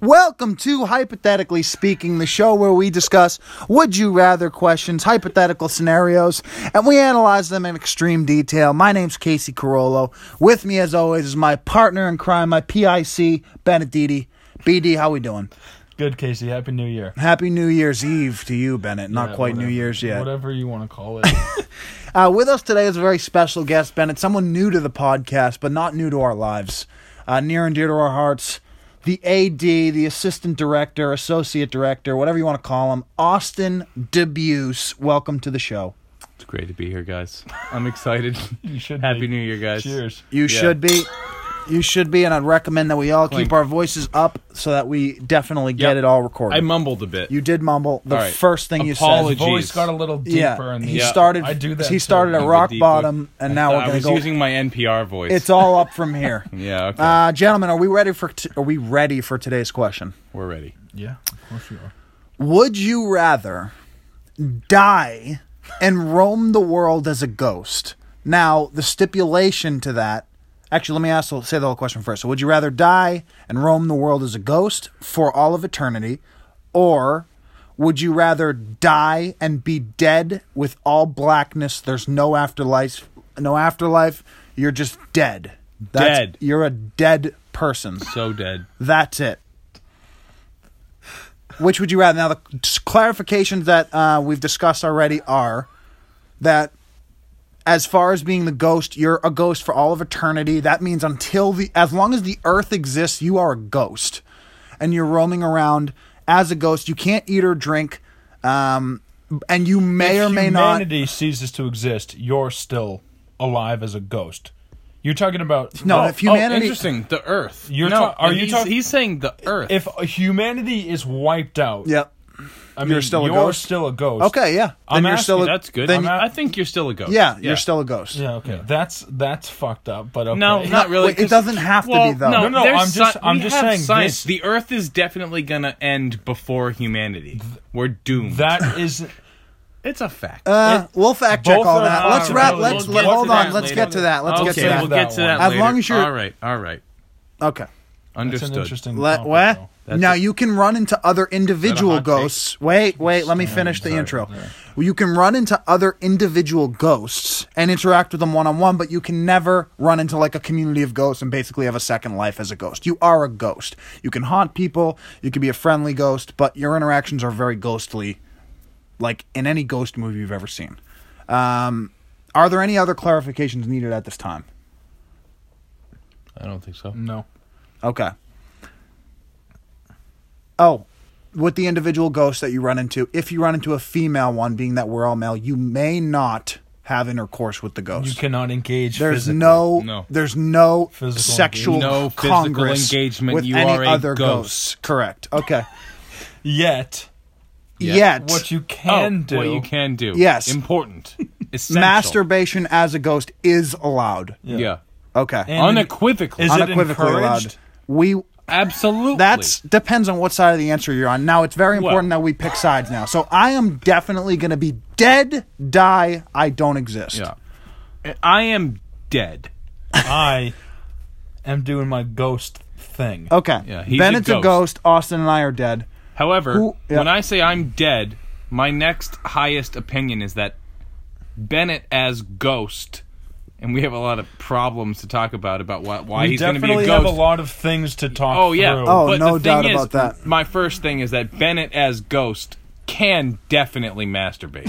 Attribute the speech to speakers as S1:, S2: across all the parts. S1: Welcome to Hypothetically Speaking, the show where we discuss would you rather questions, hypothetical scenarios, and we analyze them in extreme detail. My name's Casey Carollo. With me, as always, is my partner in crime, my PIC, Benedetti. BD, how we doing?
S2: Good, Casey. Happy New Year.
S1: Happy New Year's Eve to you, Bennett. Not
S2: Yeah,
S1: quite
S2: whatever-
S1: New Year's yet.
S2: Whatever you want to call it.
S1: Uh, with us today is a very special guest, Bennett, someone new to the podcast, but not new to our lives, uh, near and dear to our hearts. The AD, the assistant director, associate director, whatever you want to call him, Austin Debuse. Welcome to the show.
S3: It's great to be here, guys. I'm excited.
S2: you should.
S3: Happy
S2: be.
S3: New Year, guys.
S2: Cheers.
S1: You
S3: Yeah.
S1: should be. You should be, and I'd recommend that we all keep
S3: Clink.
S1: our voices up so that we definitely get
S3: Yep.
S1: it all recorded.
S3: I mumbled a bit.
S1: you did mumble the
S3: All right.
S1: first thing you
S3: Apology.
S1: said.
S2: Voice
S3: Jeez.
S2: got a little deeper
S1: Yeah,
S2: in the.
S1: he
S3: Yeah.
S1: started.
S2: I do that.
S1: He
S2: too.
S1: started at
S3: The
S1: rock
S3: deep
S1: bottom, and now we're
S3: I
S1: gonna
S3: was
S1: go.
S3: using my NPR voice.
S1: It's all up from here.
S3: yeah. Okay.
S1: Uh, gentlemen, are we ready for t- are we ready for today's question?
S3: We're ready.
S2: Yeah, of course you are.
S1: Would you rather die and roam the world as a ghost? Now, the stipulation to that. Actually, let me ask say the whole question first. So, would you rather die and roam the world as a ghost for all of eternity, or would you rather die and be dead with all blackness? There's no afterlife. No afterlife. You're just dead.
S3: Dead.
S1: You're a dead person.
S3: So dead.
S1: That's it. Which would you rather? Now, the clarifications that uh, we've discussed already are that as far as being the ghost, you're a ghost for all of eternity. That means until the, as long as the earth exists, you are a ghost. And you're roaming around as a ghost. You can't eat or drink. Um, and you may or
S2: If
S1: may not.
S2: Humanity ceases to exist. You're still alive as a ghost. You're talking about
S1: No,
S2: well,
S1: if humanity.
S3: Oh, interesting. The Earth.
S2: You're
S3: no.
S2: ta- are you
S3: he's,
S2: talking-
S3: He's saying the Earth.
S2: If humanity is wiped out,
S1: Yep.
S2: I mean,
S1: you're still a
S2: you're
S1: ghost?
S2: still a ghost.
S1: Okay, yeah. Then
S2: I'm
S1: you're
S2: asking-
S1: still a,
S3: that's good.
S1: Then,
S3: I'm- i think you're still a ghost.
S1: yeah, you're still a ghost.
S2: Yeah. Okay. That's that's fucked up. But okay.
S3: No, not really.
S1: wait, it
S3: 'cause-
S1: doesn't have to
S3: well,
S1: be, though.
S3: No,
S2: No, no,
S3: there's
S2: I'm just-
S3: sci-
S2: I'm
S3: we
S2: just
S3: have
S2: saying
S3: science.
S2: this-
S3: The Earth is definitely gonna end before humanity. We're doomed.
S2: that is.
S3: it's a fact.
S1: Uh, we'll fact check
S2: both
S1: all
S2: are
S1: that. Let's
S2: possible.
S1: wrap.
S2: We'll
S1: Let's
S2: get
S1: let-
S2: to
S1: hold
S2: that
S1: on. Let's
S2: later.
S1: get to that. Let's
S3: okay,
S1: get to that.
S3: We'll get to that
S1: As
S3: later.
S1: long as you're-
S3: all right, all right,
S1: Okay.
S2: It's an
S3: understood.
S2: interesting.
S1: Let
S2: topic,
S1: what?
S2: though.
S3: That's
S1: now
S3: it.
S1: you can run into other individual
S3: hot take?
S1: ghosts. Wait, wait. Let me finish the
S2: sorry,
S1: intro.
S2: sorry.
S1: Well, You can run into other individual ghosts and interact with them one on one, but you can never run into like a community of ghosts and basically have a second life as a ghost. You are a ghost. You can haunt people. You can be a friendly ghost, but your interactions are very ghostly, like in any ghost movie you've ever seen. Um, are there any other clarifications needed at this time?
S3: I don't think so.
S2: No.
S1: Okay. Oh, with the individual ghost that you run into, if you run into a female one, being that we're all male, you may not have intercourse with the
S2: You
S1: ghost.
S2: cannot engage.
S1: there's
S2: physically.
S1: no,
S3: No.
S1: there's no
S2: Physical
S1: sexual
S3: engagement. No physical
S1: congress
S3: engagement.
S1: with
S3: You
S1: any
S3: are a
S1: other
S3: ghost.
S1: ghosts. Correct. Okay.
S2: yet.
S3: Yeah.
S1: Yet,
S2: What you can
S3: oh,
S2: do.
S3: What you can do.
S1: Yes.
S3: Important. Essential.
S1: masturbation as a ghost is allowed.
S3: Yeah.
S1: Okay.
S2: And-
S3: Unequivocally.
S2: Is it
S1: Unequivocally allowed.
S2: encouraged?
S1: We
S3: Absolutely.
S1: That's depends on what side of the answer you're on. Now it's very important that we pick sides now. So I am definitely going to be dead, die, I don't exist.
S3: Yeah. I am dead.
S2: I am doing my ghost thing.
S1: Okay.
S3: Yeah, he's a
S1: Bennett's a
S3: ghost.
S1: ghost. Austin and I are dead.
S3: However,
S1: Who- yeah.
S3: when I say I'm dead, my next highest opinion is that Bennett as ghost, and we have a lot of problems to talk about about why, why
S2: we
S3: he's going to be
S2: definitely
S3: a
S2: have
S3: ghost.
S2: a lot of things to talk.
S3: oh yeah.
S2: through.
S1: Oh,
S3: but
S1: no
S3: the thing
S1: doubt
S3: is,
S1: about that.
S3: My first thing is that Bennett as ghost can definitely masturbate.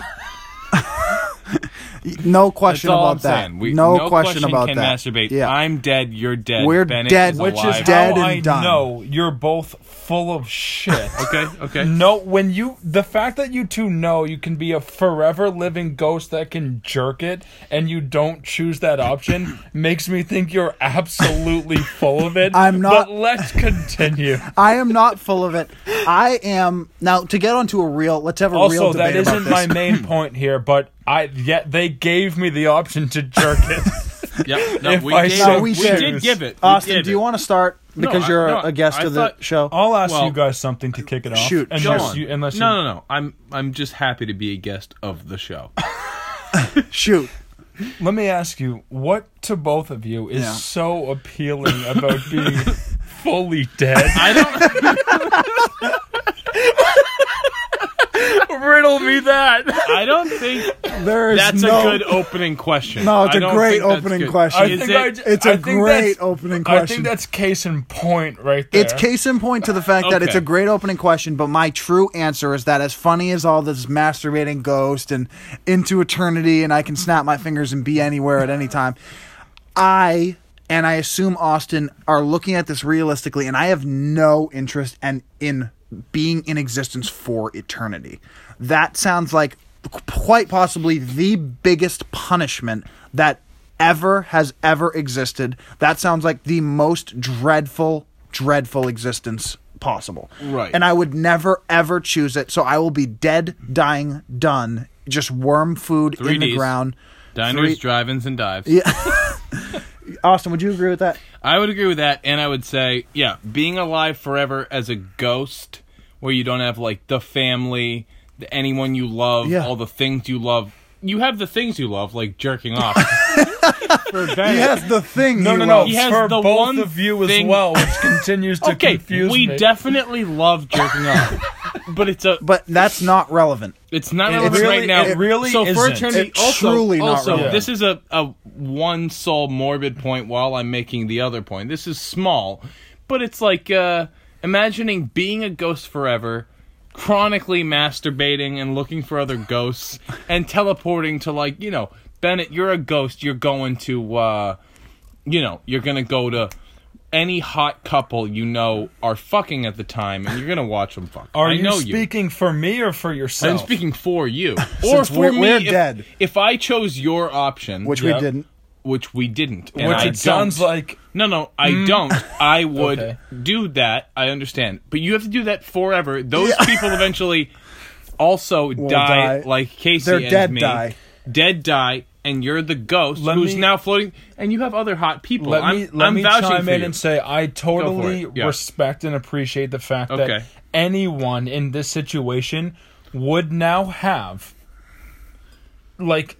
S1: No
S3: That's
S1: question
S3: all
S1: about
S3: I'm
S1: that.
S3: saying. We,
S1: no, question, about
S3: can
S1: that.
S3: Masturbate.
S1: Yeah.
S3: I'm dead. You're dead.
S1: We're
S3: Bennett
S1: dead,
S3: Is
S1: which
S2: which
S3: alive. Oh,
S2: is
S1: dead and
S2: how I
S1: done.
S2: know you're both full of shit.
S3: Okay. Okay.
S2: No, when you the fact that you two know you can be a forever living ghost that can jerk it, and you don't choose that option makes me think you're absolutely full of it.
S1: I'm not-
S2: But let's continue.
S1: I am not full of it. I am now to get onto a real. Let's have a real
S2: also,
S1: debate
S2: that isn't
S1: about
S2: my
S1: this.
S2: main point here, but I yet they gave me the option to jerk it.
S3: Yep. No,
S2: If
S3: we
S2: I
S3: did,
S2: so
S1: No, we
S3: we
S1: should.
S3: did give it. We
S1: Austin,
S3: did
S1: do you
S3: it.
S1: want to start because
S3: I-
S1: you're
S3: no,
S1: a guest
S3: I
S1: of the
S3: thought-
S1: show?
S2: I'll ask
S3: Well-
S2: you guys something to kick it off.
S1: Shoot,
S2: unless
S1: go on.
S2: you, unless you,
S3: no, no, no. I'm I'm just happy to be a guest of the show.
S1: Shoot.
S2: Let me ask you, what to both of you is
S1: Yeah.
S2: so appealing about being fully dead.
S3: I don't.
S2: Riddle me that.
S3: I don't think
S1: There is
S3: that's
S1: no,
S3: a good opening question.
S1: No, it's
S3: a
S1: a great opening question.
S2: I
S3: Is
S2: think
S3: it-
S2: I j-
S1: It's a
S2: I think
S1: great
S2: that's-
S1: opening
S2: I think
S1: question.
S2: that's case in point right there.
S1: It's case in point to the fact that it's
S3: Okay.
S1: a great opening question, but my true answer is that as funny as all this masturbating ghost and into eternity, and I can snap my fingers and be anywhere at any time, I and I assume Austin are looking at this realistically, and I have no interest and in being in existence for eternity. That sounds like quite possibly the biggest punishment that ever has ever existed. That sounds like the most dreadful, dreadful existence possible.
S3: Right.
S1: And I would never ever choose it. So I will be dead, dying, done, just worm food in the
S3: 3Ds.
S1: ground.
S3: Diners,
S1: Three-
S3: drive-ins, and dives.
S1: Austin, would you agree with that?
S3: I would agree with that, and I would say, yeah, being alive forever as a ghost, where you don't have like the family, the, anyone you love,
S1: Yeah.
S3: all the things you love. You have the things you love, like jerking off. For Ben,
S1: He has the thing.
S2: no,
S1: he
S2: no, no.
S1: loves.
S3: He has
S2: for
S3: the
S2: both
S3: one
S2: of you as
S3: thing-
S2: well, which continues to
S3: okay,
S2: confuse
S3: we
S2: me.
S3: definitely love jerking off, but it's a
S1: But that's not relevant.
S3: It's not relevant
S1: really-
S3: right now.
S1: it
S2: really
S3: so for
S2: isn't.
S3: eternity.
S1: It's
S3: also,
S1: truly not
S3: also,
S1: relevant.
S3: this is a, a one sole morbid point while I'm making the other point. This is small, but it's like uh, imagining being a ghost forever, chronically masturbating and looking for other ghosts, and teleporting to like you know Bennett. You're a ghost. You're going to. Uh, you know, you're gonna go to any hot couple you know are fucking at the time, and you're gonna watch them fuck.
S2: Are
S3: I
S2: you
S3: know you.
S2: speaking for me or for yourself?
S3: I'm speaking for you, or
S1: Since
S3: for
S1: we're-
S3: me.
S1: we're
S3: if,
S1: dead.
S3: If I chose your option,
S1: Which
S2: Yeah.
S1: we didn't.
S3: which we didn't, and
S2: which
S3: I
S2: it sounds
S3: don't-
S2: like
S3: No, no, I don't. I would
S2: Okay.
S3: do that. I understand, but you have to do that forever. Those people eventually also die,
S1: die.
S3: like Casey
S1: They're
S3: and
S1: dead
S3: me.
S1: die.
S3: Dead die, and you're the ghost
S2: Let
S3: who's
S2: me-
S3: now floating, and you have other hot people.
S2: let
S3: I'm,
S2: me let
S3: I'm
S2: me
S3: vouching
S2: chime
S3: for
S2: in
S3: you.
S2: and say I totally
S3: it, yeah.
S2: respect and appreciate the fact that
S3: Okay.
S2: anyone in this situation would now have like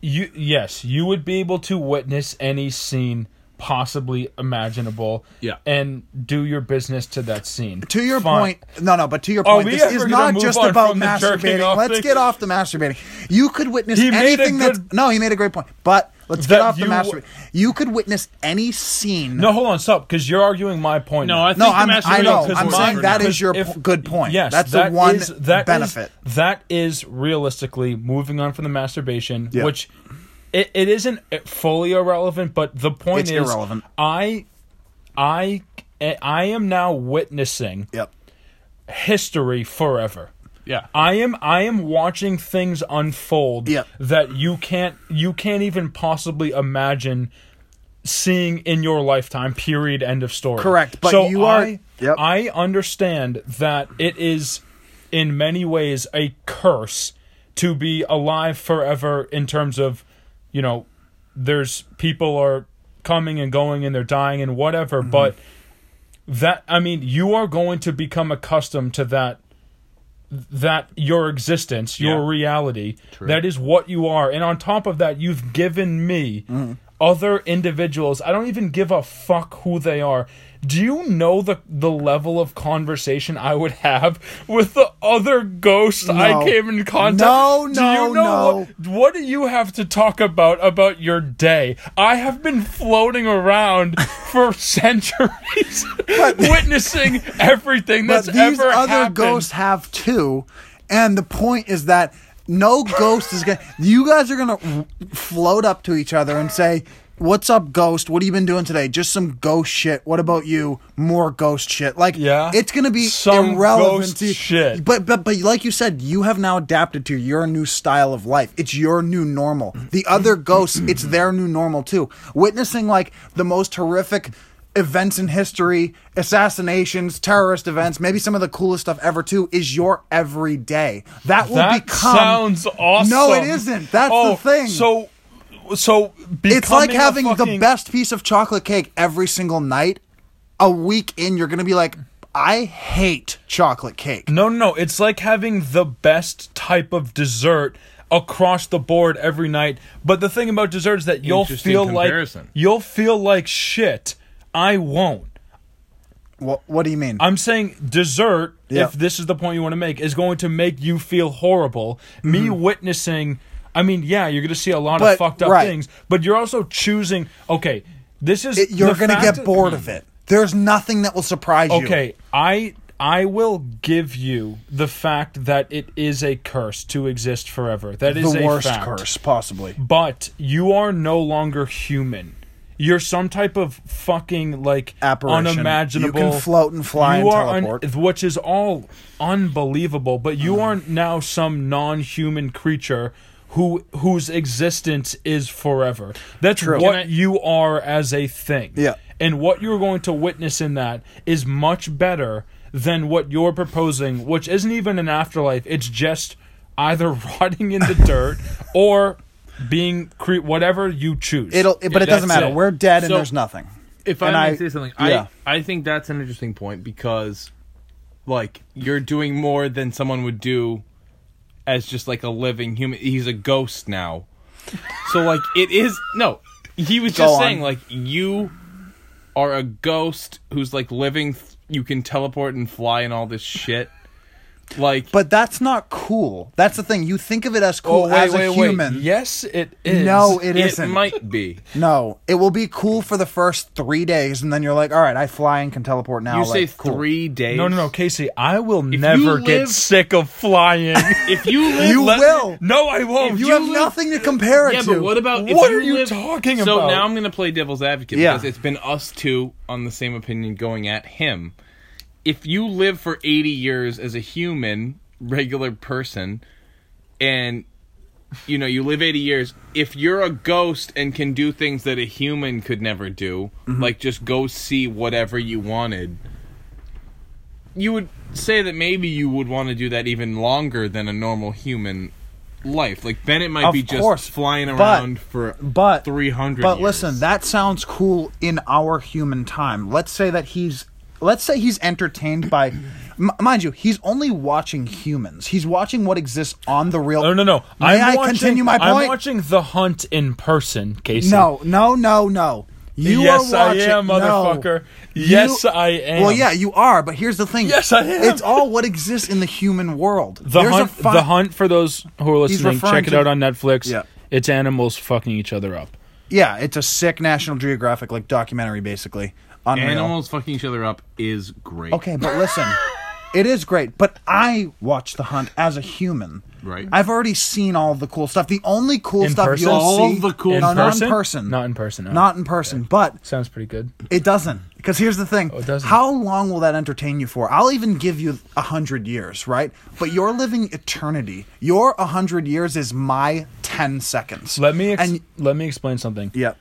S2: you yes, you would be able to witness any scene possibly imaginable
S3: Yeah.
S2: and do your business to that scene.
S1: To your
S2: Fine.
S1: point, no, no, but to your
S2: Are
S1: point,
S2: we
S1: this
S2: ever
S1: is
S2: gonna
S1: not
S2: move
S1: just
S2: on
S1: about
S2: from the jerking
S1: masturbating.
S2: off
S1: Let's
S2: thing?
S1: get off the masturbating. You could witness
S2: He made a
S1: anything that's
S2: good-
S1: no. He made a great point, but let's
S2: That
S1: get off the
S2: you-
S1: masturbating. You could witness any scene.
S2: No, hold on, stop, because you're arguing my point.
S3: no,
S2: now.
S3: I think
S1: No,
S3: the
S1: I'm-
S3: master
S1: I know.
S3: is
S1: I'm
S3: more
S1: saying
S3: for
S1: that
S3: now.
S1: is your
S2: If-
S1: p- good point.
S2: Yes,
S1: That's the
S2: that
S1: one
S2: is- that is-
S1: benefit.
S2: that is realistically moving on from the masturbation,
S1: Yeah.
S2: which it, it isn't fully irrelevant, but the point
S1: It's
S2: is,
S1: irrelevant.
S2: I, I, I am now witnessing
S1: Yep.
S2: history forever.
S3: Yeah.
S2: I am I am watching things unfold
S1: Yep.
S2: that you can't you can't even possibly imagine seeing in your lifetime. Period. End of story.
S1: Correct, but
S2: so
S1: you
S2: I,
S1: are- yep.
S2: I understand that it is in many ways a curse to be alive forever in terms of you know there's people are coming and going and they're dying and whatever
S1: Mm-hmm.
S2: but that i mean you are going to become accustomed to that that your existence your
S3: Yeah.
S2: reality that is what you are and on top of that you've given me
S1: Mm-hmm.
S2: other individuals i don't even give a fuck who they are do you know the the level of conversation i would have with the other ghosts
S1: No.
S2: i came in contact
S1: No,
S2: do
S1: no,
S2: you know
S1: no.
S2: what- what do you have to talk about about your day? I have been floating around for centuries, witnessing everything
S1: But
S2: that's
S1: these
S2: ever
S1: other
S2: happened.
S1: ghosts have two, and the point is that no ghost is gonna. You guys are gonna w- float up to each other and say, "What's up, ghost? What have you been doing today? Just some ghost shit. What about you? More ghost shit. Like,
S2: Yeah.
S1: it's gonna be
S2: Some
S1: irrelevant
S2: ghost
S1: to you.
S2: shit.
S1: But but but like you said, you have now adapted to your new style of life. It's your new normal. The other ghosts, it's their new normal too. Witnessing like the most horrific events in history, assassinations, terrorist events, maybe some of the coolest stuff ever too, is your everyday. That will
S2: that
S1: become
S2: sounds awesome.
S1: No, it isn't. That's
S2: Oh,
S1: the thing.
S2: So, so
S1: it's like
S2: becoming a
S1: having the
S2: fucking-
S1: best piece of chocolate cake every single night. A week in, you're gonna be like, I hate chocolate cake.
S2: No, no, no. It's like having the best type of dessert across the board every night. But the thing about dessert is that you'll
S3: Interesting
S2: feel
S3: comparison.
S2: like you'll feel like shit. I won't.
S1: What What do you mean?
S2: I'm saying dessert,
S1: Yeah.
S2: if this is the point you want to make, is going to make you feel horrible. Me witnessing, I mean, yeah, you're going to see a lot
S1: Mm-hmm. But-
S2: of fucked up
S1: right.
S2: things, but you're also choosing, okay, this is.
S1: It- you're
S2: the
S1: gonna
S2: fact-
S1: get bored of it. There's nothing that will surprise you.
S2: Okay, I. I will give you the fact that it is a curse to exist forever. That is
S1: the
S2: a
S1: worst
S2: fact.
S1: curse possibly.
S2: but you are no longer human. You're some type of fucking like
S1: Apparition.
S2: unimaginable.
S1: You can float and fly and
S2: are un-
S1: teleport.
S2: which is all unbelievable. But you are now some non-human creature who whose existence is forever. That's what
S3: Can I-
S2: you are as a thing.
S1: Yeah.
S2: And what you're going to witness in that is much better than what you're proposing, which isn't even an afterlife. It's just either rotting in the dirt or being cre- whatever you choose.
S1: It'll, it, but it doesn't
S2: that's
S1: matter.
S2: it.
S1: We're dead and
S3: So-
S1: there's nothing.
S3: If
S1: And
S3: I may
S1: I-
S3: say something,
S1: yeah.
S3: I I think that's an interesting point because, like, you're doing more than someone would do as just like a living human. He's a ghost now, so like it is no. He was
S1: Go
S3: just
S1: on.
S3: saying like you are a ghost who's like living. Th- you can teleport and fly and all this shit. Like,
S1: But that's not cool. That's the thing. You think of it as cool
S2: Oh, wait,
S1: as a
S2: wait, wait.
S1: human.
S2: Yes, it is.
S1: No, it
S3: it
S1: isn't.
S3: might be.
S1: No, it will be cool for the first three days, and then you're like, all right, I fly and can teleport now.
S3: You
S1: like,
S3: say
S1: cool.
S3: three days.
S2: No, no, no, Casey. I will never get
S3: live-
S2: sick of flying.
S3: If you live,
S1: You
S3: let-
S1: will.
S2: no, I won't.
S1: You,
S3: you
S1: have
S3: live-
S1: nothing to compare it
S3: Yeah,
S1: to.
S3: but what about if
S2: What are you
S3: live-
S2: talking
S3: So
S2: about?
S3: now I'm going to play devil's advocate
S1: Yeah.
S3: because it's been us two on the same opinion going at him. If you live for 80 years as a human, regular person, and you know you live 80 years, if you're a ghost and can do things that a human could never do,
S1: Mm-hmm.
S3: like just go see whatever you wanted, you would say that maybe you would want to do that even longer than a normal human life. Like Bennett might
S1: Of
S3: be just
S1: course,
S3: flying
S1: but-
S3: around for
S1: But
S3: 300
S1: But
S3: years.
S1: listen, that sounds cool in our human time. Let's say that he's. Let's say he's entertained by, m- mind you, he's only watching humans. He's watching what exists on the real.
S2: No, no, no.
S1: May
S2: I'm
S1: I
S2: watching,
S1: continue my
S2: I'm
S1: point?
S2: watching The Hunt in person, Casey.
S1: No, no, no, no. You
S2: yes,
S1: are watching.
S2: I am,
S1: no.
S2: motherfucker.
S1: You-
S2: yes, I am.
S1: Well, yeah, you are. But here's the thing.
S2: Yes, I am.
S1: It's all what exists in the human world.
S2: The
S1: There's
S2: hunt.
S1: A fi-
S2: the hunt for those who are
S1: He's
S2: listening.
S1: referring
S2: Check it
S1: to-
S2: out on Netflix.
S1: Yeah.
S2: It's animals fucking each other up.
S1: Yeah, it's a sick National Geographic like documentary, basically. Unreal.
S3: Animals fucking each other up is great.
S1: Okay, but listen, it is great. But I watch The Hunt as a human.
S3: Right.
S1: I've already seen all the cool stuff. The only cool
S2: In
S1: stuff
S2: person?
S1: you'll
S3: All
S1: see
S3: the cool
S1: no,
S2: In
S1: not
S2: person?
S1: in person,
S2: Not in person. No.
S1: Not in person, but
S2: Sounds pretty good.
S1: it doesn't. Because here's the thing:
S2: Oh, it doesn't.
S1: how long will that entertain you for? I'll even give you a hundred years, right? But you're living eternity. Your a hundred years is my ten seconds.
S2: Let me ex-
S1: and
S2: let me explain something.
S1: yeah,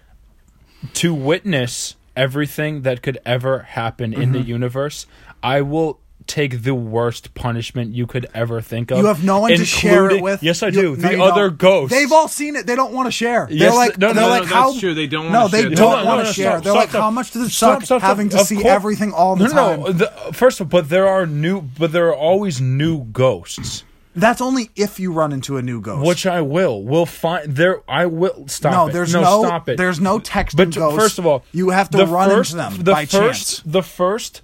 S2: to witness everything that could ever happen in
S1: Mm-hmm.
S2: the universe, I will take the worst punishment you could ever think of.
S1: you have no one to share it
S2: including-
S1: with.
S2: Yes, I
S1: You-
S2: do.
S1: no,
S2: the
S1: you
S2: other
S1: don't.
S2: ghosts.
S1: They've all seen it. They don't want to share.
S2: Yes,
S1: they're like,
S2: th- no, no,
S1: they're
S2: no,
S1: like
S3: that's
S1: how
S3: true. They don't
S1: No,
S3: wanna
S1: they
S3: share.
S1: don't
S3: No, no,
S1: want to
S3: no,
S1: share.
S2: stop,
S1: they're
S2: stop,
S1: like,
S2: stop.
S1: how much does it
S2: Stop,
S1: suck
S2: stop, stop.
S1: having to
S2: Of
S1: see
S2: course.
S1: everything all the
S2: No, no, uh,
S1: time?
S2: no. The- first of all, but there are new, but there are always new ghosts,
S1: That's only if you run into a new ghost.
S2: which I will. Will find there. I will stop.
S1: no,
S2: it.
S1: there's
S2: no,
S1: no,
S2: stop it.
S1: there's no text.
S2: But
S1: in ghosts.
S2: first of all,
S1: you have to
S2: the
S1: run
S2: first,
S1: into them
S2: the
S1: by
S2: first,
S1: chance. Mm-hmm.
S2: The first,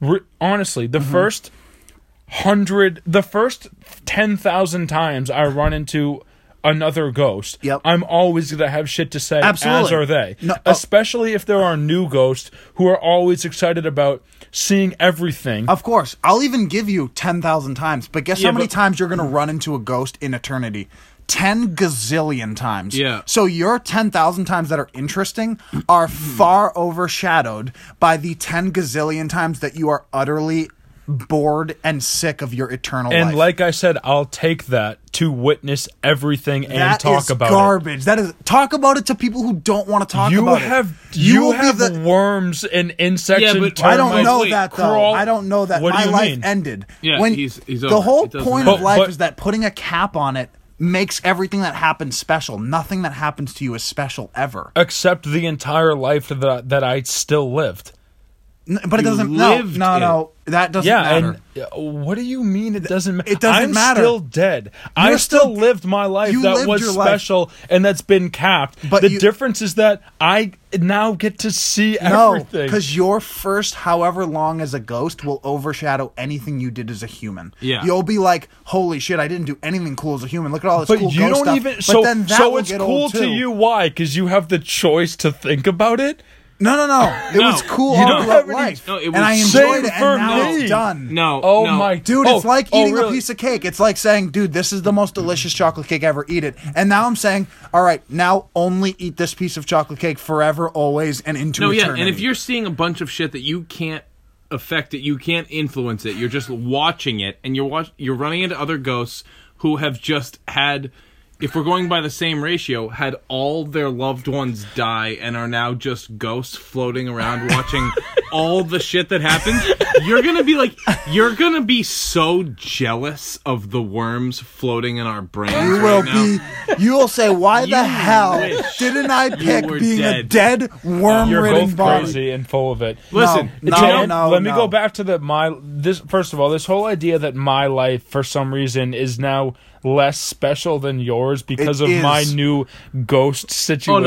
S2: re- honestly, the first hundred, the first ten thousand times I run into another ghost,
S1: Yep.
S2: I'm always gonna have shit to say. as
S1: Absolutely.
S2: are they,
S1: No, oh.
S2: especially if there are new ghosts who are always excited about seeing everything.
S1: Of course, I'll even give you ten thousand times. But guess
S2: Yeah,
S1: how many
S2: but-
S1: times you're going to run into a ghost in eternity? Ten gazillion times.
S3: Yeah.
S1: So your ten thousand times that are interesting are
S2: Hmm.
S1: far overshadowed by the ten gazillion times that you are utterly bored and sick of your eternal
S2: and
S1: life.
S2: like I said, I'll take that to witness everything and
S1: That
S2: talk
S1: is
S2: about it.
S1: garbage. That is talk about it to people who don't want to talk
S2: You
S1: about
S2: have
S1: it.
S2: you,
S1: will be
S2: have
S1: the-
S2: worms and insects.
S3: Yeah,
S2: and
S3: but
S1: I don't
S2: termites.
S1: know
S3: Wait,
S1: that though.
S2: crawl-
S1: I don't know that
S2: What do
S1: my
S2: you
S1: life
S2: mean?
S1: ended.
S3: Yeah,
S1: when
S3: he's- he's
S1: the
S3: over.
S1: whole
S3: It doesn't
S1: point of
S3: matter.
S1: life
S2: But-
S1: is that putting a cap on it makes everything that happens special. Nothing that happens to you is special ever.
S2: accept the entire life that that I still lived.
S1: N- But it
S3: You
S1: doesn't. No,
S3: lived
S1: no,
S3: it.
S1: no. That doesn't
S2: yeah,
S1: matter.
S2: and uh, what do you mean it doesn't matter?
S1: It doesn't
S2: I'm
S1: matter.
S2: still dead. I
S1: You're
S2: still,
S1: still-
S2: lived my life
S1: you
S2: that
S1: lived
S2: was
S1: your life.
S2: special and that's been capped.
S1: But
S2: the
S1: you-
S2: difference is that I now get to see
S1: no,
S2: everything.
S1: because your first however long as a ghost will overshadow anything you did as a human.
S3: Yeah.
S1: you'll be like, "Holy shit! I didn't do anything cool as a human. Look at all this
S2: but
S1: cool
S2: you
S1: ghost
S2: don't
S1: stuff."
S2: even
S1: But
S2: so
S1: then that
S2: so
S1: will
S2: it's
S1: get
S2: cool
S1: old,
S2: to
S1: too.
S2: you why because you have the choice to think about it
S1: No, no, no. It
S3: No,
S1: was cool
S2: you
S1: all
S2: don't
S1: throughout
S2: have any-
S1: life,
S3: No, it
S1: and
S3: was
S1: I
S2: same
S1: enjoyed it,
S2: for
S1: and now
S2: me.
S1: it's done.
S3: No.
S2: oh
S3: no.
S2: my
S1: Dude, it's
S2: oh,
S1: like
S2: oh,
S1: eating a
S2: really?
S1: piece of cake. It's like saying, dude, this is the most delicious chocolate cake ever. Eat it. And now I'm saying, all right, now only eat this piece of chocolate cake forever, always, and into
S3: No, yeah,
S1: eternity.
S3: and if you're seeing a bunch of shit that you can't affect it, you can't influence it. You're just watching it, and you're watch- you're running into other ghosts who have just had, if we're going by the same ratio, had all their loved ones die and are now just ghosts floating around watching all the shit that happens. You're gonna be like, you're gonna be so jealous of the worms floating in our brains.
S1: you
S3: right
S1: will
S3: now.
S1: be. You will say, "Why the
S3: You
S1: hell
S3: wish
S1: didn't I pick
S3: were
S1: being a
S3: dead.
S1: dead
S2: you're
S1: worm-ridden
S2: both
S1: body?"
S2: crazy and full of it
S3: Listen,
S1: no,
S2: Jan,
S1: no, no.
S2: let me go back to the my this first of all this whole idea that my life for some reason is now less special than yours because
S1: It
S2: of my
S1: is.
S2: new ghost
S3: oh no,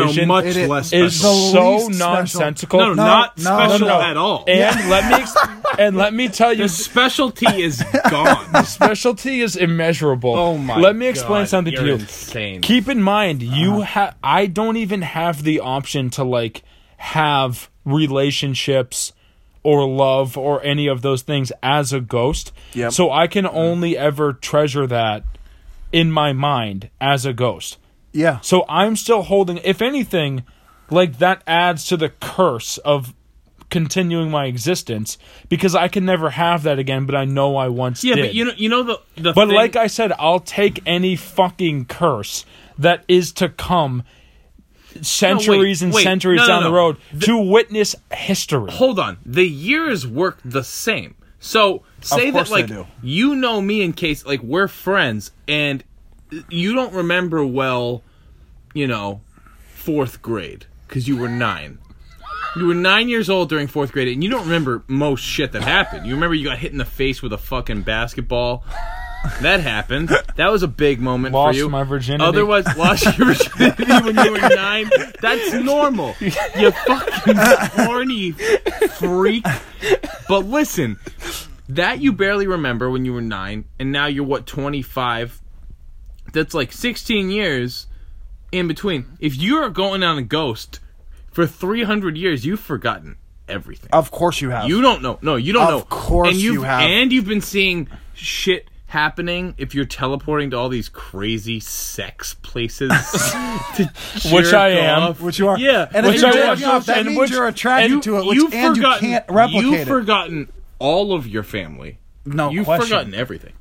S2: situation
S3: much
S1: It is-
S3: less.
S1: It's
S2: is
S3: special.
S1: the
S2: so
S1: least special.
S2: nonsensical
S3: No, not
S1: no, no,
S3: special
S1: no.
S3: at all.
S2: and let me ex- and let me tell you
S3: The specialty is gone.
S2: specialty is immeasurable.
S3: Oh my!
S2: Let me explain
S3: God,
S2: something to
S3: you're
S2: you.
S3: Insane. Uh-huh.
S2: Keep in mind, you have. I don't even have the option to like have relationships or love or any of those things as a ghost.
S1: Yep.
S2: So I can
S3: Mm-hmm.
S2: only ever treasure that in my mind as a ghost.
S1: Yeah.
S2: So I'm still holding. If anything, like that adds to the curse of continuing my existence because I can never have that again. But I know I once
S3: yeah,
S2: did.
S3: but you know, you know the the.
S2: But
S3: thing-
S2: like I said, I'll take any fucking curse that is to come centuries and
S3: wait.
S2: centuries
S3: No, no,
S2: down
S3: no.
S2: the road to witness history.
S3: hold on, the years work the same. So say that
S1: course they
S3: like
S1: do.
S3: you know me in case like we're friends and you don't remember well, you know, fourth grade because you were nine. You were nine years old during fourth grade, and you don't remember most shit that happened. You remember you got hit in the face with a fucking basketball. That happened. That was a big moment
S2: Lost
S3: for you.
S2: my virginity.
S3: Otherwise, lost your virginity when you were nine. That's normal. You fucking horny freak. But listen, that you barely remember when you were nine, and now you're what twenty five. That's like sixteen years in between. If you are going on a ghost for three hundred years, you've forgotten everything.
S1: Of course you have.
S3: You don't know. No, you don't
S1: Of
S3: know.
S1: course
S3: and
S1: you
S3: you've,
S1: have.
S3: And you've been seeing shit happening if you're teleporting to all these crazy sex places to
S2: Which
S3: jerk
S2: I am.
S3: off.
S1: Which you are.
S3: Yeah.
S1: And if
S2: Which
S1: you're
S2: I
S1: jerking
S2: am.
S1: off, that
S2: And
S1: means
S2: which-
S1: you're attracted
S3: you-
S1: to it, which
S3: you've
S1: and you
S3: forgotten-
S1: can't replicate
S3: You've
S1: it.
S3: forgotten all of your family.
S1: No
S3: You've
S1: question. Uh,
S3: forgotten everything.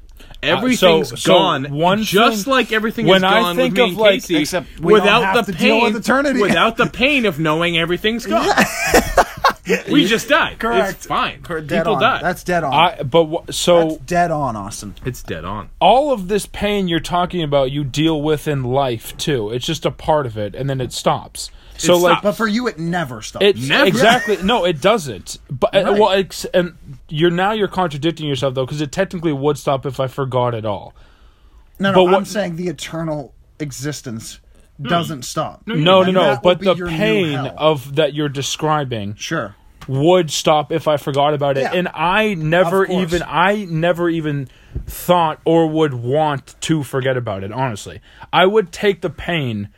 S3: Everything's
S2: so
S3: gone.
S2: one
S3: just
S2: thing-
S3: like everything
S2: when
S3: is
S2: I
S3: gone with
S2: think
S3: me
S2: of,
S3: and
S2: like-
S3: Casey,
S1: Except we don't
S3: without
S1: have
S3: the
S1: to deal
S3: pain,
S1: with eternity.
S3: without the pain of knowing everything's gone. we just died.
S1: Correct.
S3: It's fine.
S1: dead
S3: People
S1: on.
S3: die.
S1: That's dead on.
S2: I but wh- so
S1: That's dead on, Austin.
S3: It's dead on.
S1: Oh,
S2: all of this pain you're talking about, you deal with in life too. It's just a part of it, and then it stops. So
S3: It
S2: like
S3: stops.
S1: But for you, it never stops.
S2: It's
S3: Never.
S2: exactly no, it doesn't. But uh
S1: Right.
S2: well, ex- and you're now you're contradicting yourself though, because it technically would stop if I forgot it all.
S1: no,
S2: but
S1: no. I'm
S2: what- Hmm.
S1: saying the eternal existence doesn't stop.
S2: No, no,
S1: And
S2: no.
S1: that will
S2: But
S1: be
S2: the
S1: your new
S2: pain
S1: hell.
S2: of that you're describing
S1: Sure.
S2: would stop if I forgot about it,
S1: Yeah.
S2: and I never
S1: Of course.
S2: even I never even thought or would want to forget about it. Honestly, I would take the pain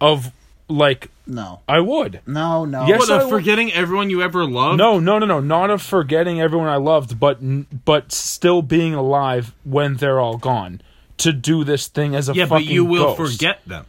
S2: of like
S1: No.
S2: I would.
S1: No, no.
S2: Yes,
S3: What
S2: So I
S3: of
S2: wa-
S3: forgetting everyone you ever loved?
S2: No, no, no, no. Not of forgetting everyone I loved, but but still being alive when they're all gone to do this thing as a
S3: Yeah, but
S2: fucking
S3: you will
S2: ghost.
S3: forget them.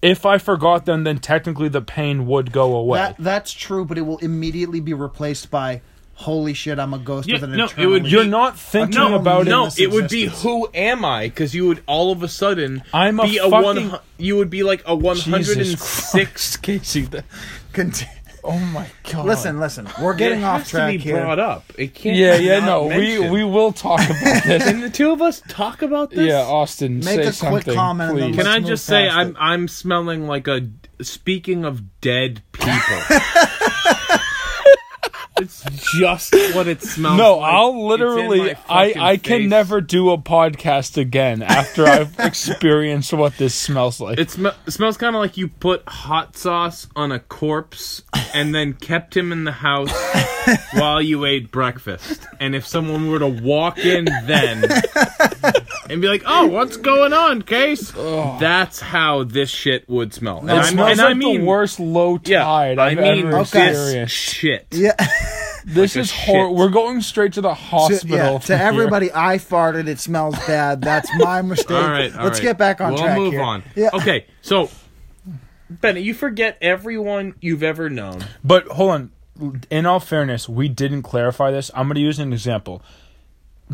S2: If I forgot them, then technically the pain would go away.
S1: That that's true, but it will immediately be replaced by holy shit, I'm a ghost
S3: Yeah,
S1: with an
S3: no, it
S1: eternal
S3: would-
S2: You're
S1: leash."
S2: not thinking
S1: No,
S2: about
S1: in
S3: no,
S2: it.
S1: this
S3: it would be
S1: existence.
S3: who am I? Because you would all of a sudden
S2: I'm a
S3: be
S2: fucking-
S3: one. You would be like a one hundred
S2: Jesus
S3: and six.
S2: Christ, Casey. that-
S1: Conti-
S2: oh my god.
S1: listen, listen. We're getting
S3: it
S1: off
S3: has
S1: track
S3: to be
S1: here.
S3: brought up. It can't.
S2: Yeah,
S3: be
S2: yeah,
S3: not
S2: no.
S3: mentioned.
S2: We we will talk about this.
S3: Can the two of us talk about this?
S2: yeah, Austin, say
S1: a quick
S2: something,
S1: comment and then
S2: please.
S3: Can
S1: let's
S3: I
S1: move
S3: just say
S1: past
S3: I'm
S1: it.
S3: I'm smelling like a speaking of dead people. It's just what it smells
S2: No,
S3: like.
S2: I'll literally.
S3: It's in my
S2: I
S3: fucking
S2: I can
S3: face.
S2: never do a podcast again after I've experienced what this smells like.
S3: It, sm- it smells kind of like you put hot sauce on a corpse and then kept him in the house while you ate breakfast. And if someone were to walk in then and be like, "Oh, what's going on, Case?" That's how this shit would smell. And,
S2: It
S3: I'm-
S2: smells
S3: and
S2: like
S3: I mean
S2: the worst low
S3: Yeah,
S2: tide
S3: I
S2: I've
S3: mean
S2: ever
S1: Okay.
S3: this
S2: experienced.
S3: shit.
S1: Yeah.
S2: This
S3: like a
S2: is hor-
S3: shit.
S2: We're going straight to the
S1: to,
S2: hospital.
S1: yeah,
S2: from
S1: to
S2: here.
S1: everybody, I farted. It smells bad. That's my mistake.
S3: All right, all
S1: Let's
S3: right.
S1: get back on
S3: we'll
S1: track.
S3: move
S1: here.
S3: on.
S1: Yeah.
S3: Okay, so Bennett, you forget everyone you've ever known.
S2: But hold on. In all fairness, we didn't clarify this. I'm going to use an example.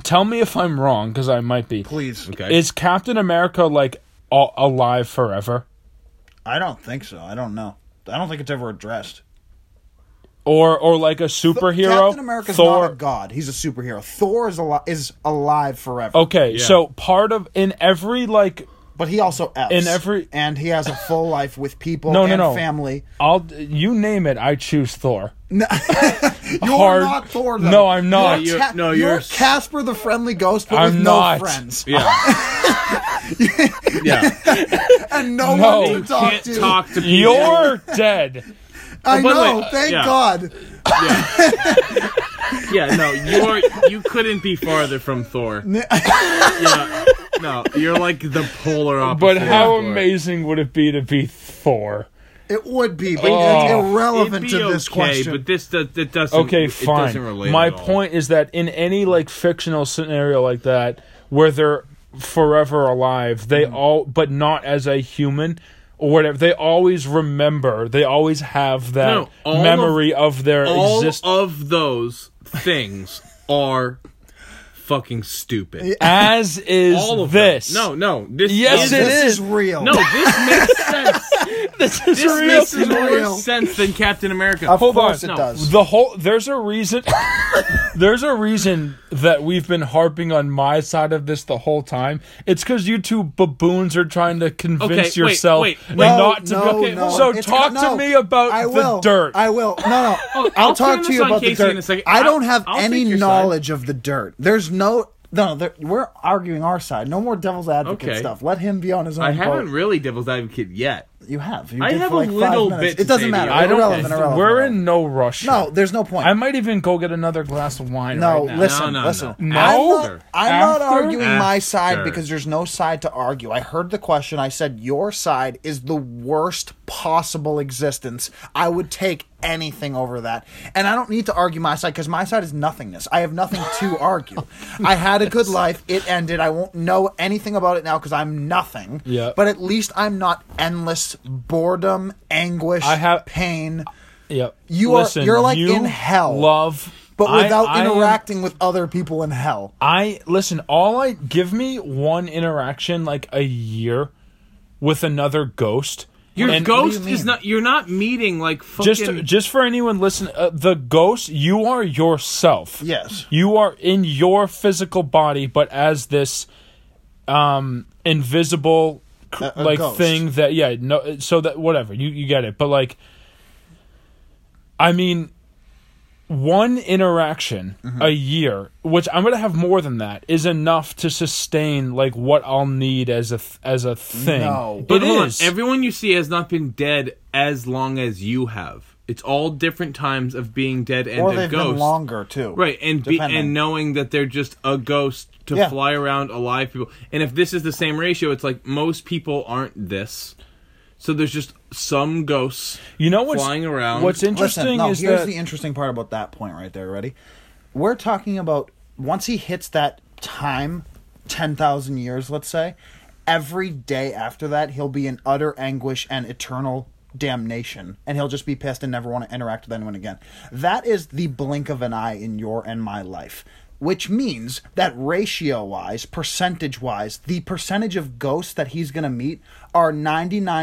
S2: Tell me if I'm wrong, because I might be.
S1: Please.
S3: Okay,
S2: Is Captain America like a- alive forever,
S1: I don't think so. I don't know. I don't think it's ever addressed.
S2: or or like a superhero?
S1: Captain America's
S2: Thor.
S1: not a god. He's a superhero. Thor is alive, is alive forever.
S2: Okay,
S3: Yeah.
S2: so part of in every like
S1: But he also F's.
S2: In every-
S1: and he has a full life with people
S2: No,
S1: and
S2: no, no.
S1: family.
S2: I'll you name it, I choose Thor.
S1: You're
S2: Hard-
S1: not Thor though.
S2: No, I'm not.
S1: You're
S3: You're-
S1: Ca-
S3: no,
S1: you're,
S3: you're-
S1: Casper the Friendly Ghost, but with
S2: I'm
S1: no
S2: not.
S1: friends.
S3: yeah, yeah.
S1: And no,
S2: No.
S1: one
S2: You
S1: to talk
S3: can't
S1: to.
S3: talk to people.
S2: You're dead.
S1: I
S3: by the
S1: know,
S3: way,
S1: thank
S3: yeah.
S1: God.
S3: Yeah. yeah, no, you're you couldn't be farther from Thor. yeah. No, you're like the polar opposite.
S2: But
S3: of
S2: how
S3: Thor.
S2: amazing would it be to be Thor?
S1: It would be, but it's
S2: Oh.
S3: It'd
S1: irrelevant
S3: be
S1: to this
S3: okay,
S1: question.
S3: But this does it doesn't
S2: Okay,
S3: It doesn't
S2: fine.
S3: relate
S2: My
S3: at all.
S2: point is that in any like fictional scenario like that where they're forever alive, they
S3: Mm-hmm.
S2: all but not as a human or whatever, they always remember, they always have that
S3: No, all
S2: memory of, their
S3: all
S2: existence.
S3: of those things are fucking stupid.
S2: as is
S3: all of
S2: this.
S3: Them. No, no. This
S2: Yes,
S3: is,
S2: it
S1: this
S2: is.
S1: is real.
S3: No, this makes sense.
S2: This is
S3: This
S2: real.
S3: makes
S1: real.
S3: more sense than Captain America.
S1: of
S2: hold
S1: course
S2: on.
S1: it
S3: No.
S1: does.
S2: The whole there's a reason there's a reason that we've been harping on my side of this the whole time. It's because you two baboons are trying to
S3: Okay,
S2: convince
S3: wait,
S2: yourself
S3: wait,
S2: and
S3: wait.
S2: not to
S1: no,
S2: be okay.
S1: no.
S2: So
S1: It's
S2: talk
S1: got-
S2: to
S1: no.
S2: me about
S1: I
S2: the
S1: will.
S2: dirt.
S1: I will. No, no. I'll,
S3: I'll
S1: talk
S3: turn
S1: to
S3: this
S1: you
S3: on
S1: about the
S3: Casey
S1: dirt.
S3: in a second.
S1: I don't
S3: I'll-
S1: have
S3: I'll
S1: any
S3: take your side.
S1: knowledge of the dirt. There's no. No, there, we're arguing our side. No more devil's advocate
S3: Okay.
S1: stuff. Let him be on his own.
S3: I
S1: boat.
S3: haven't really devil's advocate yet.
S1: You have. You
S3: I
S1: did
S3: have
S1: for
S3: a
S1: like five
S3: little
S1: minutes.
S3: bit to
S1: It doesn't
S3: say to
S1: matter.
S3: you. I don't-
S1: irrelevant. Irrelevant.
S2: We're
S1: irrelevant.
S2: in no rush.
S1: No, there's no point.
S2: I might even go get another glass of wine.
S1: no,
S2: right now.
S1: listen,
S3: No, no,
S1: listen.
S2: no.
S1: I'm
S2: No?
S1: not, I'm not
S2: After?
S1: arguing my side
S3: After.
S1: because there's no side to argue. I heard the question. I said your side is the worst possible existence. I would take anything over that, and I don't need to argue my side because my side is nothingness. I have nothing to argue. I had a good life. It ended. I won't know anything about it now because I'm nothing.
S2: Yeah.
S1: But at least I'm not endless boredom, anguish,
S2: I have-
S1: pain.
S2: Yep.
S1: You are-
S2: Listen,
S1: you're like
S2: you
S1: in hell.
S2: Love,
S1: But
S2: I-
S1: without
S2: I am-
S1: interacting with other people in hell.
S2: I listen, all I give me one interaction like a year with another ghost.
S3: Your
S2: And-
S3: ghost
S1: do you
S3: is
S1: mean?
S3: not. You're not meeting like fucking.
S2: just just for anyone listen, uh, the ghost you are yourself.
S1: Yes.
S2: You are in your physical body but as this um invisible cr-
S1: A- a
S2: like
S1: ghost.
S2: thing that yeah, no uh, so that whatever, you you get it. But like I mean one interaction
S1: Mm-hmm.
S2: a year, which I'm gonna have more than that, is enough to sustain like what I'll need as a th- as a thing.
S1: No.
S3: but
S2: It
S3: hold
S2: is.
S3: on. Everyone you see has not been dead as long as you have. It's all different times of being dead and
S1: or
S3: a
S1: they've
S3: ghost.
S1: been longer too.
S3: Right, and be,
S1: Depending.
S3: and knowing that they're just a ghost to
S1: Yeah.
S3: fly around alive people. And if this is the same ratio, it's like most people aren't this. So there's just some ghosts.
S2: you know what's
S3: flying around.
S2: What's interesting
S1: Listen, no,
S2: is
S1: here's
S2: that
S1: the interesting part about that point right there. Ready? We're talking about once he hits that time, ten thousand years, let's say. Every day after that, he'll be in utter anguish and eternal damnation, and he'll just be pissed and never want to interact with anyone again. That is the blink of an eye in your and my life. Which means that ratio wise, percentage wise, the percentage of ghosts that he's going to meet are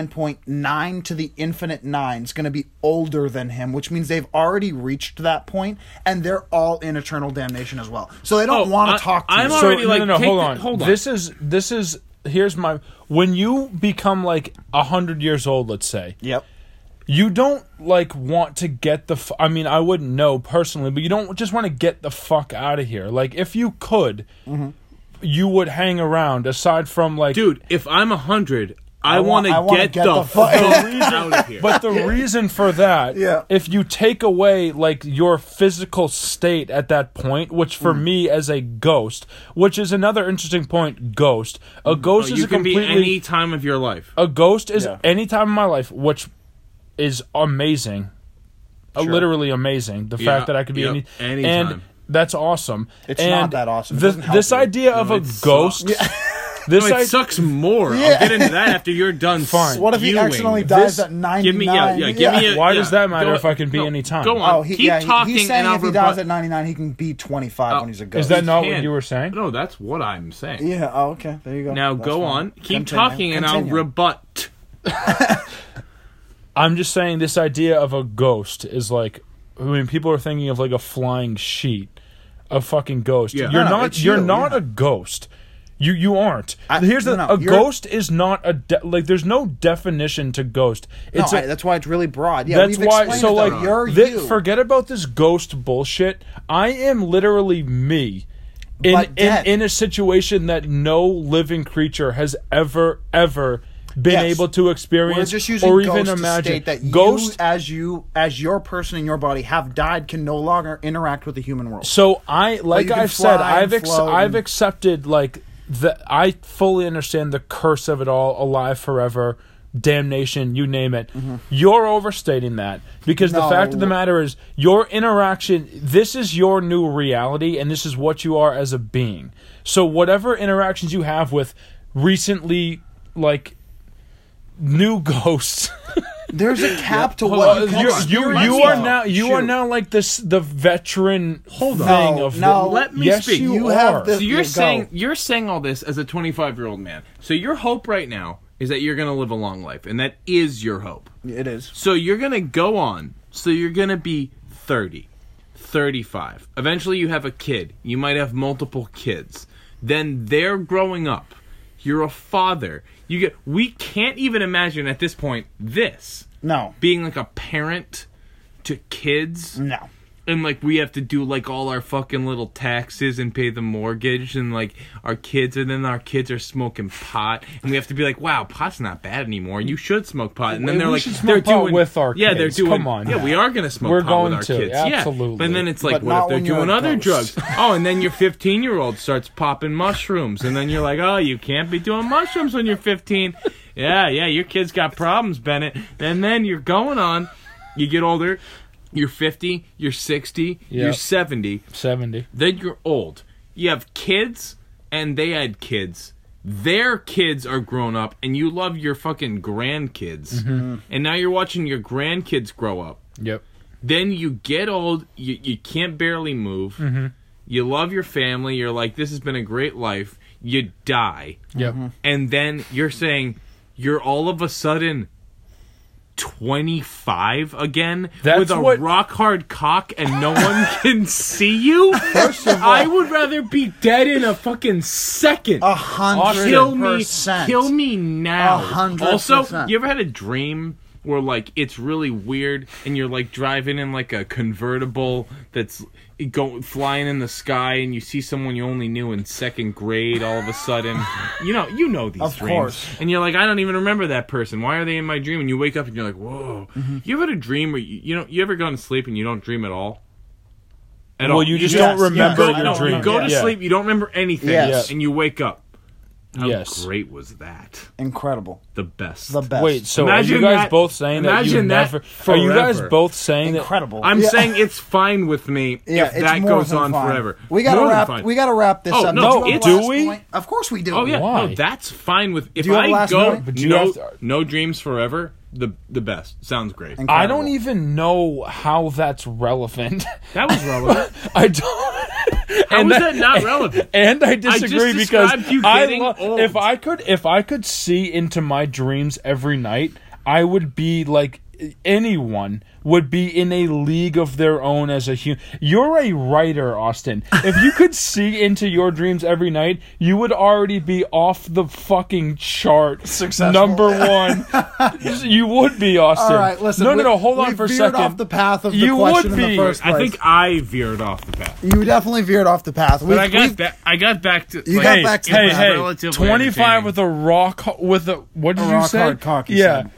S1: 99.9 to the infinite nine is going to be older than him, which means they've already reached that point and they're all in eternal damnation as well. So they don't
S3: Oh,
S1: want
S3: I-
S1: to talk to
S3: I'm
S1: you.
S3: already- already, like,
S2: no, no, no
S3: take
S2: hold
S3: the-
S2: on.
S3: hold on.
S2: This is this is here's my when you become like a hundred years old, let's say,
S1: yep.
S2: you don't like want to get the f- I mean I wouldn't know personally but you don't just want to get the fuck out of here like if you could you would hang around aside from like
S3: Mm-hmm. Dude, if I'm a hundred, I, want
S1: I
S3: to
S1: wanna
S3: get,
S1: get
S3: the,
S1: the fu-
S3: fuck out of here.
S2: but the reason for that
S1: Yeah.
S2: if you take away like your physical state at that point which for
S3: Mm-hmm.
S2: me as a ghost which is another interesting point ghost a ghost is
S3: Mm-hmm. Oh, you
S2: a
S3: can be
S2: completely
S3: any time of your life.
S2: a ghost is
S1: Yeah.
S2: any time in my life, which is amazing, Uh,
S3: Sure.
S2: literally amazing. The
S3: Yeah,
S2: fact that I could be
S3: yep,
S2: any
S3: anytime.
S2: and that's awesome.
S1: It's
S2: and
S1: not that awesome. It
S2: the-
S1: doesn't help
S2: this
S1: you.
S2: idea of
S3: No,
S2: a
S3: it sucks.
S2: ghost. This
S3: No, it
S2: I-
S3: sucks more.
S1: Yeah.
S3: I'll get into that after you're done.
S2: Fine.
S1: What if he
S3: spewing.
S1: accidentally dies
S2: This-
S1: at ninety
S3: Give me yeah,
S1: nine?
S3: yeah, give me a,
S2: Why
S3: yeah.
S2: does that matter
S3: Go-
S2: if I can be
S3: no,
S2: any time?
S3: Go on.
S1: Oh, he,
S3: Keep
S1: yeah, he-
S3: talking
S1: he's saying
S3: and I'll
S1: if he dies
S3: rebut- Oh.
S1: at 99, he can be 25 when he's a ghost.
S2: is that not what
S3: Can.
S2: you were saying?
S3: No, that's what I'm saying.
S1: Yeah, oh, okay. There you go.
S3: Now
S1: That's
S3: go
S1: fine.
S3: on. Keep
S1: Continue.
S3: talking and I'll
S1: Continue.
S3: rebut.
S2: I'm just saying this idea of a ghost is like I mean people are thinking of like a flying sheet, a fucking ghost.
S3: Yeah.
S1: No,
S2: You're
S1: no,
S2: not
S1: it's
S2: you're
S1: you,
S2: not
S1: yeah.
S2: a ghost. You you aren't. Here's the
S1: no,
S2: a
S1: you're-
S2: ghost is not a de- like there's no definition to ghost.
S1: No,
S2: It's a
S1: I- that's why it's really broad. Yeah,
S2: that's
S1: we've
S2: why.
S1: explained
S2: So
S1: it,
S2: like,
S1: though. you're
S2: thi-
S1: you.
S2: forget about this ghost bullshit. I am literally me, in
S1: But
S2: in,
S1: dead.
S2: in a situation that no living creature has ever ever been
S1: Yes.
S2: able to experience
S1: We're just using
S2: or
S1: ghost
S2: even
S1: to
S2: imagine.
S1: state that you,
S2: ghost.
S1: as you, as your person in your body, have died, can no longer interact with the human world.
S2: So I like
S1: Oh, you can
S2: I've said
S1: fly and
S2: I've ex-
S1: float
S2: I've
S1: and-
S2: accepted like the I fully understand the curse of it all alive forever damnation you name it you're overstating that because the fact of the
S1: Mm-hmm. No.
S2: matter is your interaction this is your new reality and this is what you are as a being so whatever interactions you have with recently like new ghosts
S1: There's a cap to
S2: uh,
S1: what you can
S2: you're-
S1: experience,
S2: you you are
S1: though.
S2: now you are
S1: Shoot.
S2: now like this the veteran hold
S1: on.
S2: thing
S1: No,
S2: of
S1: no.
S3: Let me
S2: yes,
S3: speak.
S2: you,
S1: You
S2: are.
S1: have the-
S3: So you're
S1: Go.
S3: saying you're saying all this as a 25 year old man. So your hope right now is that you're going to live a long life, and that is your hope.
S1: It is.
S3: So you're going to go on. So you're going to be 30, 35. Eventually you have a kid. You might have multiple kids. Then they're growing up. You're a father. You get we can't even imagine at this point this
S1: No.
S3: being like a parent to kids
S1: No.
S3: and like we have to do like all our fucking little taxes and pay the mortgage and like our kids and then our kids are smoking pot and we have to be like wow pot's not bad anymore you should smoke pot and then
S2: We-
S3: they're
S2: we
S3: like
S2: should smoke
S3: they're
S2: pot
S3: doing
S2: with our
S3: yeah they're
S2: kids.
S3: doing
S2: Come on
S3: yeah
S2: now.
S3: we are gonna smoke
S2: We're
S3: pot
S2: going
S3: with our
S2: to,
S3: kids
S2: absolutely.
S3: yeah and then it's
S1: But
S3: like
S1: not
S3: what if they're
S1: when you're
S3: doing
S1: a
S3: other
S1: ghost.
S3: drugs oh and then your 15 year old starts popping mushrooms and then you're like oh you can't be doing mushrooms when you're 15 yeah yeah your kids got problems Bennett and then you're going on you get older you're 50, you're 60,
S2: Yeah.
S3: you're 70,
S2: 70.
S3: then you're old. You have kids, and they had kids. Their kids are grown up, and you love your fucking grandkids. And now you're watching your grandkids grow up.
S2: Yep.
S3: Then you get old, you, you can't barely move.
S2: Mm-hmm.
S3: You love your family, you're like, this has been a great life. You die.
S2: Yep.
S3: And then you're saying you're all of a sudden 25 again
S2: That's
S3: with a
S2: what-
S3: rock hard cock and no one can see you? I would rather be dead in a fucking second.
S1: A hundred
S3: kill me,
S1: percent.
S3: kill me now.
S1: A hundred
S3: Also,
S1: percent.
S3: you ever had a dream where like it's really weird and you're like driving in like a convertible that's go flying in the sky and you see someone you only knew in second grade all of a sudden. you know, you know these
S1: Of
S3: dreams.
S1: course.
S3: And you're like, I don't even remember that person. Why are they in my dream? And you wake up and you're like, whoa.
S1: Mm-hmm.
S3: You ever had a dream where you, you know you ever gone to sleep and you don't dream at all? At
S2: Well,
S3: all.
S2: you just
S1: Yes,
S2: don't
S1: yes.
S2: remember
S1: No,
S2: your
S1: no,
S3: you
S2: dream.
S3: go to
S2: Yeah.
S3: sleep, you don't remember anything,
S1: Yes.
S3: and you wake up. How
S2: Yes.
S3: great was that?
S1: Incredible.
S3: The best.
S1: The best.
S2: Wait, so are
S3: Imagine
S2: you guys
S3: that-
S2: both saying that you
S3: imagine that
S2: never Are you guys
S3: forever.
S2: both saying
S1: Incredible.
S3: I'm
S1: Yeah.
S3: saying it's fine with me
S1: Yeah,
S3: if
S1: it's
S3: that
S1: more
S3: goes
S1: than
S3: on
S1: fine.
S3: forever.
S1: We gotta
S3: More than
S1: wrap.
S3: fine.
S1: We gotta wrap this
S3: Oh,
S1: up.
S3: no,
S1: Did you have
S2: it's-
S1: a last
S2: do we?
S1: point? Of course we do.
S3: Oh yeah,
S2: Why?
S3: no, that's fine with if
S1: you have a
S3: I
S1: last
S3: go
S1: note?
S2: But you
S3: no
S2: have to-
S3: no dreams forever. The the best sounds great.
S2: that I don't even know how that's relevant.
S3: That was relevant.
S2: I don't
S3: How is that not relevant?
S2: and I disagree because
S3: described you
S2: I
S3: getting
S2: lo-
S3: old.
S2: if I could if I could see into my dreams every night, I would be like anyone would be in a league of their own as a human. You're a writer, Austin. If you could see into your dreams every night, you would already be off the fucking chart.
S1: Successful.
S2: Number one. you would be, Austin.
S1: All right, listen.
S2: No,
S1: we-
S2: no, no. Hold on
S1: we
S2: for a
S1: veered
S2: second.
S1: off the path of the
S2: You
S1: question
S2: would
S1: in the
S2: be.
S1: first place.
S4: I think I veered off the path.
S1: you definitely veered off the path.
S3: But I got ba- I got back to
S1: You
S3: like,
S1: got
S2: hey,
S1: back to the
S2: hey,
S1: ground.
S2: hey,
S3: Relatively
S2: twenty-five
S3: entertaining.
S2: with a rock with a what did
S1: A
S2: you
S1: rock
S2: say?
S1: hard cock, you
S2: yeah.
S1: said.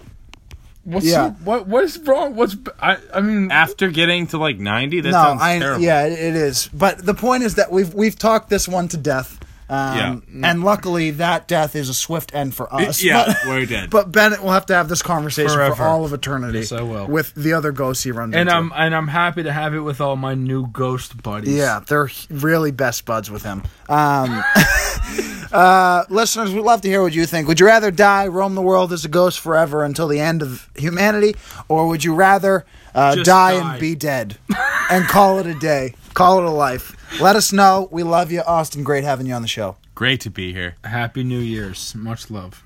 S2: What's
S1: Yeah.
S2: so- what what is wrong? What's I I mean
S4: After getting to like 90, that
S1: no,
S4: sounds
S1: I
S4: terrible.
S1: yeah, it, it is. But the point is that we've we've talked this one to death. Um, And luckily, that death is a swift end for us.
S4: Yeah,
S1: But-
S4: we're dead.
S1: But Bennett will have to have this conversation for
S2: Forever.
S1: all of eternity.
S2: Yes, I will.
S1: With the other ghosts he runs
S2: and
S1: into.
S2: I'm and I'm happy to have it with all my new ghost buddies.
S1: yeah, they're h- really best buds with him. Um, uh, listeners, we'd love to hear what you think. Would you rather die, roam the world as a ghost forever until the end of humanity, or would you rather uh, die,
S4: Just die.
S1: and be dead and call it a day, call it a life? Let us know. We love you, Austin. Great having you on the show.
S4: Great to be here.
S2: Happy New Year's. Much love.